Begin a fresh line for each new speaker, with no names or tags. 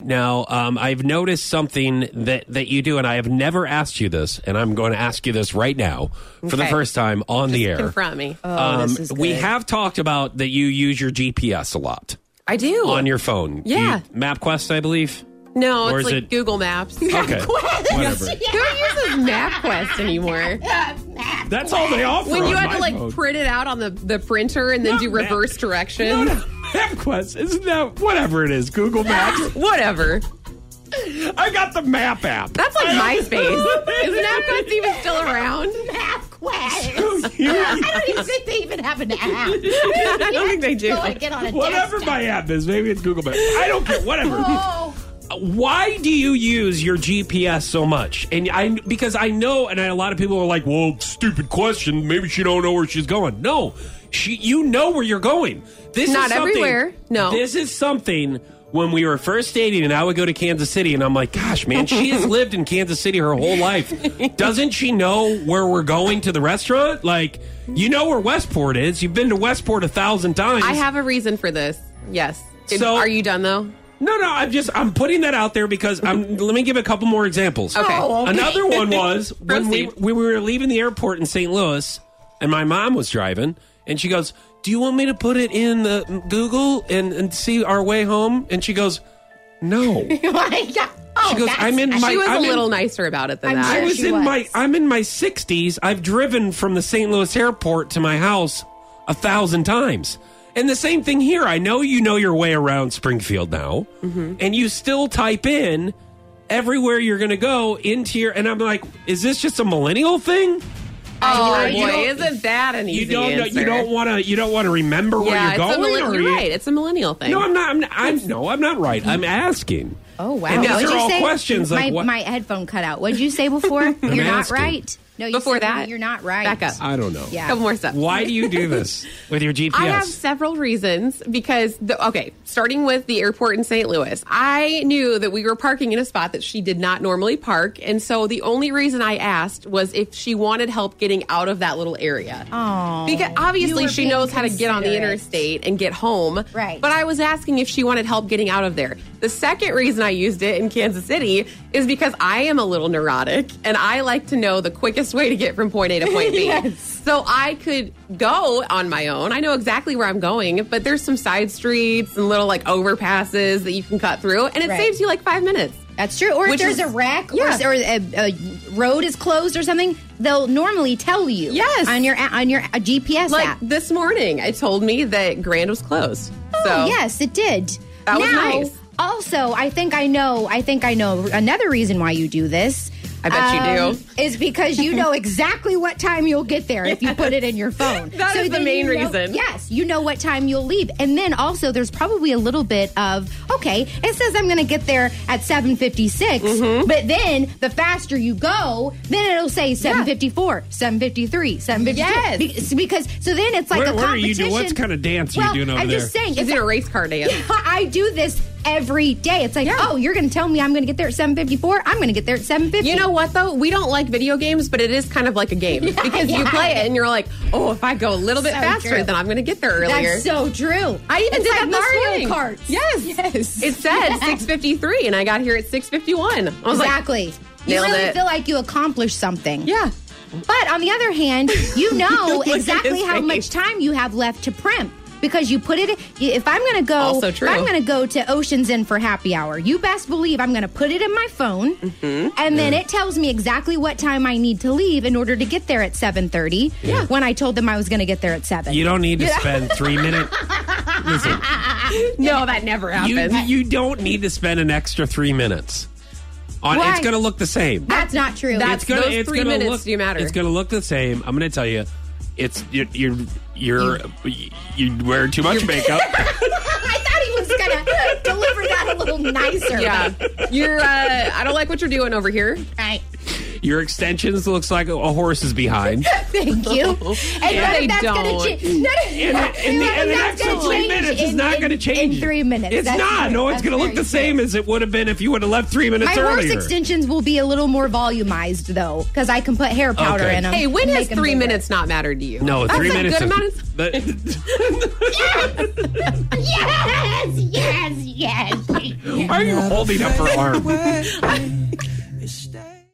Now, um, I've noticed something that, that you do, and I have never asked you this, and I'm going to ask you this right now for the
Okay. Oh,
first time on the air.
Confront me.
Um,
this is
we
good.
have talked about that you use your GPS a lot
I do.
on your phone. Do you-
Yeah.
MapQuest, I believe.
no,
or
it's
is
like
it-
Google Maps.
Okay. Whatever.
Who uses MapQuest anymore?
That's all they offer.
When you
on
had
my
to like
phone.
print it out on the, the printer and then
Not
do
Map-
reverse
No,
directions.
no. MapQuest, isn't that whatever it is? Google Maps.
Whatever.
I got the map app.
That's like MySpace. Is MapQuest even still around?
MapQuest.
You-
I don't even think they even have an app.
I don't think they do.
Go and get on a
whatever
desktop.
my app is, maybe it's Google Maps. I don't care. Whatever.
Oh,
Why do you use your GPS so much? And I because I know, and I, a lot of people are like, "Well, stupid question. Maybe she don't know where she's going." No, she. You know where you're going. This
Not
is something-
everywhere. No.
This is something. When we were first dating, and I would go to Kansas City, and I'm like, "Gosh, man, she has lived in Kansas City her whole life. Doesn't she know where we're going to the restaurant? Like, you know where Westport is. You've been to Westport a thousand times.
I have a reason for this. Yes. Did-
So-
are you done though?
No, no, I'm just I'm putting that out there because I'm. let me give a couple more examples.
Okay. Oh,
okay.
Another one was when we
Proceed.
we were leaving the airport in St. Louis, and my mom was driving, and she goes, "Do you want me to put it in the Google and and see our way home?" And she goes, "No."
my God. Oh,
She goes,
that's-
"I'm in my-
She was
I'm
a
in-
little nicer about it than
I'm
that.
I
sure
was
she
in
was.
my I'm in my 60s. I've driven from the St. Louis airport to my house a thousand times. And the same thing here. I know you know your way around Springfield now, and you still type in everywhere you're going to go into your. And I'm like, is this just a millennial thing?
oh
You
boy,
don't-
isn't that an easy
You don't know,
answer?
you don't want to you don't want to remember where
yeah,
you're
it's a
going.
millennial.
or
You're
you-
right. It's a millennial thing.
No, I'm not. I'm, not- I'm no, I'm not right. I'm asking.
Oh wow!
And
What'd
these are
you
all
say?
questions.
My,
Like what?
my headphone cut out. What'd you say before? you're not
asking.
right. No, you
Before
said
that?
you're not right.
Back up.
I don't know.
Yeah.
A couple more steps.
Why do you do this with your GPS?
I have several reasons because the, okay, starting with the airport in St. Louis, I knew that we were parking in a spot that she did not normally park, and so the only reason I asked was if she wanted help getting out of that little area.
Oh.
Because obviously
You were
she
being
knows how to get on the
considerate.
interstate and get home.
Right.
But I was asking if she wanted help getting out of there. The second reason I used it in Kansas City is because I am a little neurotic and I like to know the quickest way to get from point A to point B. So I could go on my own. I know exactly where I'm going, but there's some side streets and little like overpasses that you can cut through and it
Right.
saves you like five minutes.
That's true. Or if
Which
there's
is-
a wreck
Yeah.
or, or a, a road is closed or something, they'll normally tell you.
Yes.
On your on your uh, GPS
Like
app.
this morning, it told me that Grand was closed. so
Oh, yes, it did.
That was
now,
nice.
Also, I think I know. I think I know another reason why you do this. um,
I bet you do.
Is because you know exactly what time you'll get there if you put it in your phone.
That is the
then
main
you know-
reason.
Yes, you know what time you'll leave, and then also there's probably a little bit of okay. It says I'm going to get there at 7:56,
Mm-hmm.
but then the faster you go, then it'll say 7:54, 7:53, 7:52.
Yes.
Be- because so then it's like
Where-
a
where
competition.
are you doing- what kind of dance are you
well,
doing over
I'm just
there?
saying,
Is
it's
it a race car dance?
I do this every day. It's like,
Yeah.
oh, you're going to tell me I'm going to get there at 7:54. I'm going to get there at 7:50.
You know what though? We don't like video games, but it is kind of like a game because you
yeah.
play it and you're like, oh, if I go a little bit
So
faster,
true.
then I'm going to get there earlier.
that's so true.
I even
it's
did that
like
this morning.
Mario Kart.
Yes,
yes,
It said 6:53, and I got here at 6:51. I was
exactly. you
Nailed
really
it.
feel like you accomplished something.
like, yeah.
But on the other hand, you know
at
exactly
his
how much
face.
time you have left to primp because you put it. If I'm going to go,
Also true.
if I'm going to go to Ocean's Inn for happy hour, you best believe I'm going to put it in my phone,
Mm-hmm.
and then it tells me exactly what time I need to leave in order to get there at 7:30. Yeah. When I told them I was going to get there at seven.
You don't need to spend three minutes. Listen,
No, that never
you,
happens.
you don't need to spend an extra three minutes. On,
Why?
it's going to look the same.
That's not true.
That's-
It's gonna,
those
it's
three
gonna
minutes
look,
do matter.
It's going to look the same. I'm going to tell you, it's you're you're, you're you you wear too much makeup.
I thought he was going to deliver that a little nicer.
yeah, you're. Uh, I don't like what you're doing over here.
Right.
Your extensions looks like a horse is behind.
Thank you. And none
they
of that's
don't.
gonna change. None of,
And, and, the,
none of
and the
that's
next
gonna
three
change
minutes is
in-
not
in-
going to change.
in three minutes.
It's
That's
not.
true.
No, it's
That's
going to look
very
the same as it would have been if you would have left three minutes
My horse
earlier.
extensions will be a little more volumized though, because I can put hair powder
Okay.
in them.
Hey, when
and
has
make 'em
three
bigger.
minutes not mattered to you?
no,
That's
three
a
minutes.
Good
of-
amount of-
Yes, yes, yes.
why are you holding up her arm?
way. It's that-